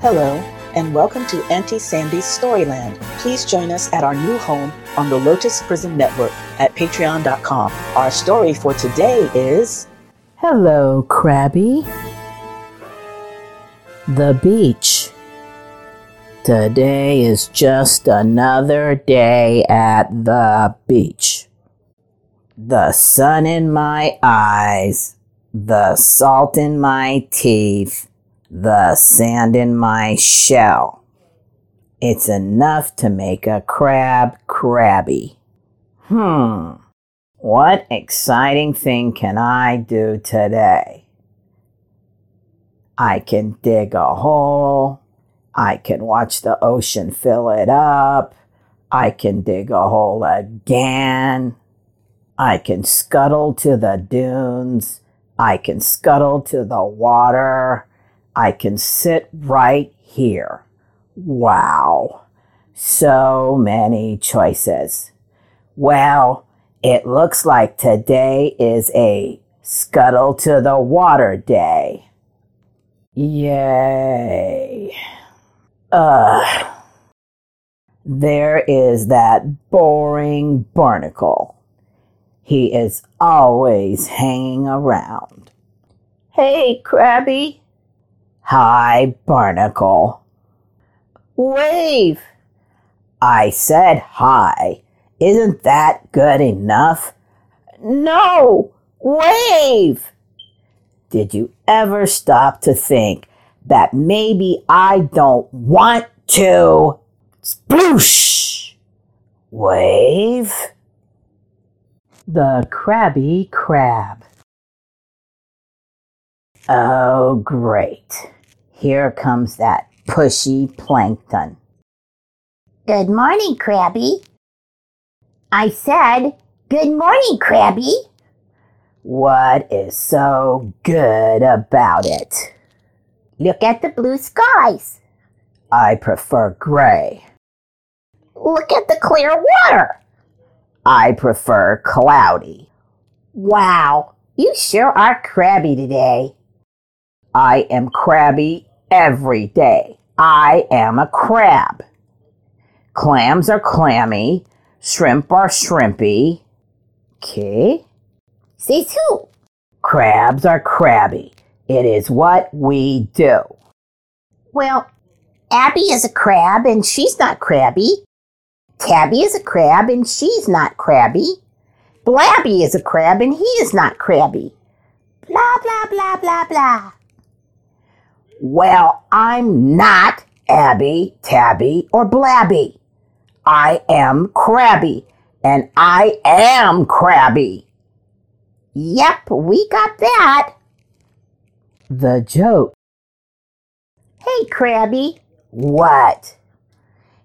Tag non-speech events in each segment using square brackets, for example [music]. Hello, and welcome to Auntie Sandy's Storyland. Please join us at our new home on the Lotus Prison Network at patreon.com. Our story for today is Hello, Krabby. The beach. Today is just another day at the beach. The sun in my eyes, the salt in my teeth, the sand in my shell. It's enough to make a crab crabby. Hmm. What exciting thing can I do today? I can dig a hole. I can watch the ocean fill it up. I can dig a hole again. I can scuttle to the dunes. I can scuttle to the water. I can sit right here. Wow. So many choices. Well, it looks like today is a scuttle to the water day. Yay. Ugh. There is that boring barnacle. He is always hanging around. Hey, Krabby. Hi, barnacle. Wave. I said hi. Isn't that good enough? No! Wave! Did you ever stop to think that maybe I don't want to? Sploosh! Wave! The crabby Crab. Oh, great. Here comes that pushy plankton. Good morning, Krabby. I said, Good morning, Krabby. What is so good about it? Look at the blue skies. I prefer gray. Look at the clear water. I prefer cloudy. Wow, you sure are crabby today. I am crabby every day. I am a crab. Clams are clammy. Shrimp are shrimpy. Okay. Says who? Crabs are crabby. It is what we do. Well, Abby is a crab and she's not crabby. Tabby is a crab and she's not crabby. Blabby is a crab and he is not crabby. Blah, blah, blah, blah, blah. Well, I'm not Abby, Tabby, or Blabby. I am crabby, and I am crabby. Yep, we got that. The joke. Hey, Krabby, What?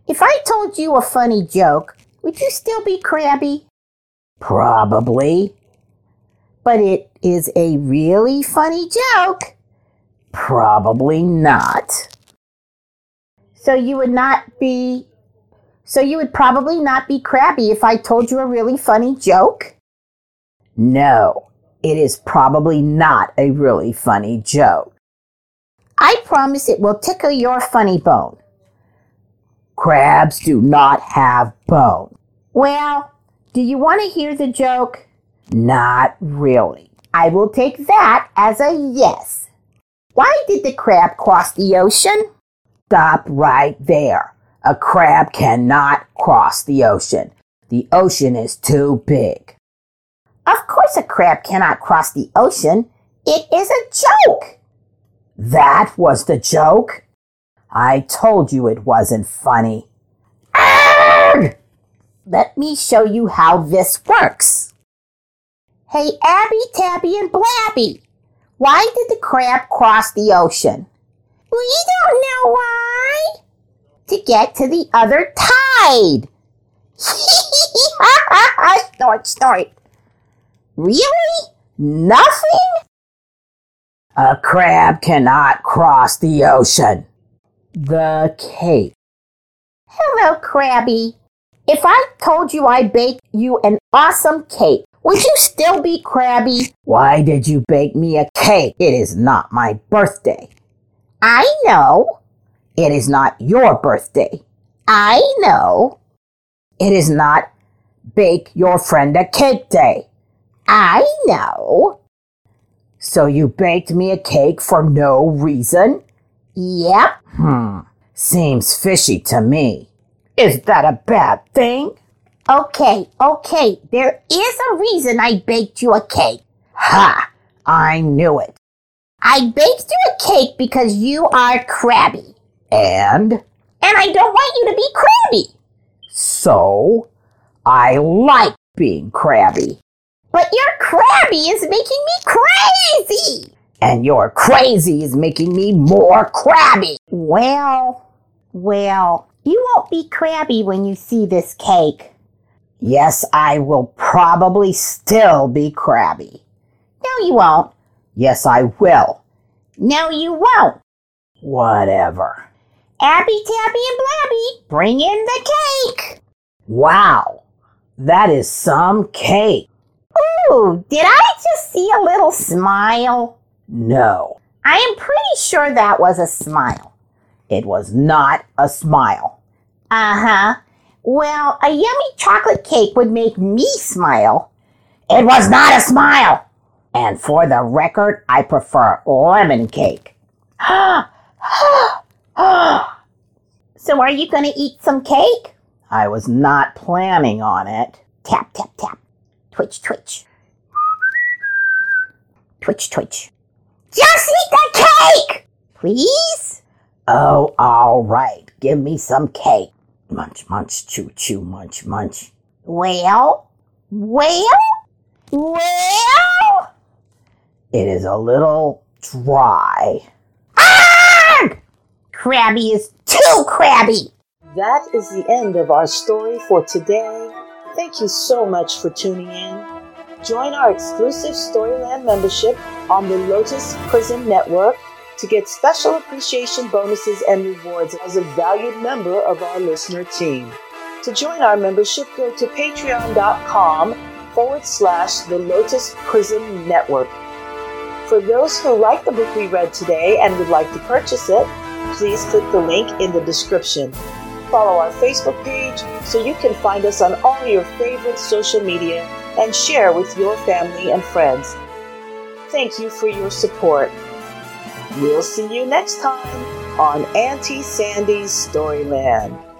if I told you a funny joke, would you still be crabby? Probably. But it is a really funny joke, Probably not. so you would not be. So you would probably not be crabby if I told you a really funny joke? No, it is probably not a really funny joke. I promise it will tickle your funny bone. Crabs do not have bone. Well, do you want to hear the joke? Not really. I will take that as a yes. Why did the crab cross the ocean? Stop right there. A crab cannot cross the ocean. The ocean is too big. Of course, a crab cannot cross the ocean. It is a joke. That was the joke? I told you it wasn't funny. Let me show you how this works. Hey, Abby, Tabby, and Blabby, why did the crab cross the ocean? We don't know why. To get to the other tide. [laughs] snort, snort. Really? Nothing? A crab cannot cross the ocean. The cake. Hello, Krabby. If I told you I baked you an awesome cake, would you still be crabby? Why did you bake me a cake? It is not my birthday. I know. It is not your birthday. I know. It is not bake your friend a cake day. I know. So you baked me a cake for no reason? Yep. Hmm. Seems fishy to me. Is that a bad thing? Okay, okay. There is a reason I baked you a cake. Ha! I knew it. I baked you a cake because you are crabby. And And I don't want you to be crabby. so I like being crabby. But your crabby is making me crazy. And your crazy is making me more crabby. Well, well, you won't be crabby when you see this cake. Yes, I will probably still be crabby. No, you won't. Yes, I will. No, you won't. Whatever. Abby, Tabby, and Blabby, bring in the cake. Wow. That is some cake. Ooh, did I just see a little smile? No, I am pretty sure that was a smile. it was not a smile. Uh huh. Well, a yummy chocolate cake would make me smile. It was not a smile. And for the record, I prefer lemon cake. [gasps] so, are you going to eat some cake? I was not planning on it. Tap, tap, tap. Twitch, twitch. Twitch, twitch. Just eat the cake! Please? Oh, all right. Give me some cake. Munch, munch, chew, chew, munch, munch. Well, well, well. It is a little dry. Ah! Arg! Crabby is too crabby. That is the end of our story for today. Thank you so much for tuning in. Join our exclusive Storyland membership on the Lotus Prison Network to get special appreciation bonuses and rewards as a valued member of our listener team. To join our membership, go to patreon.com forward slash the Lotus Prison Network. For those who like the book we read today and would like to purchase it, please click the link in the description follow our Facebook page so you can find us on all your favorite social media and share with your family and friends. Thank you for your support. We'll see you next time on Auntie Sandy's Storyland.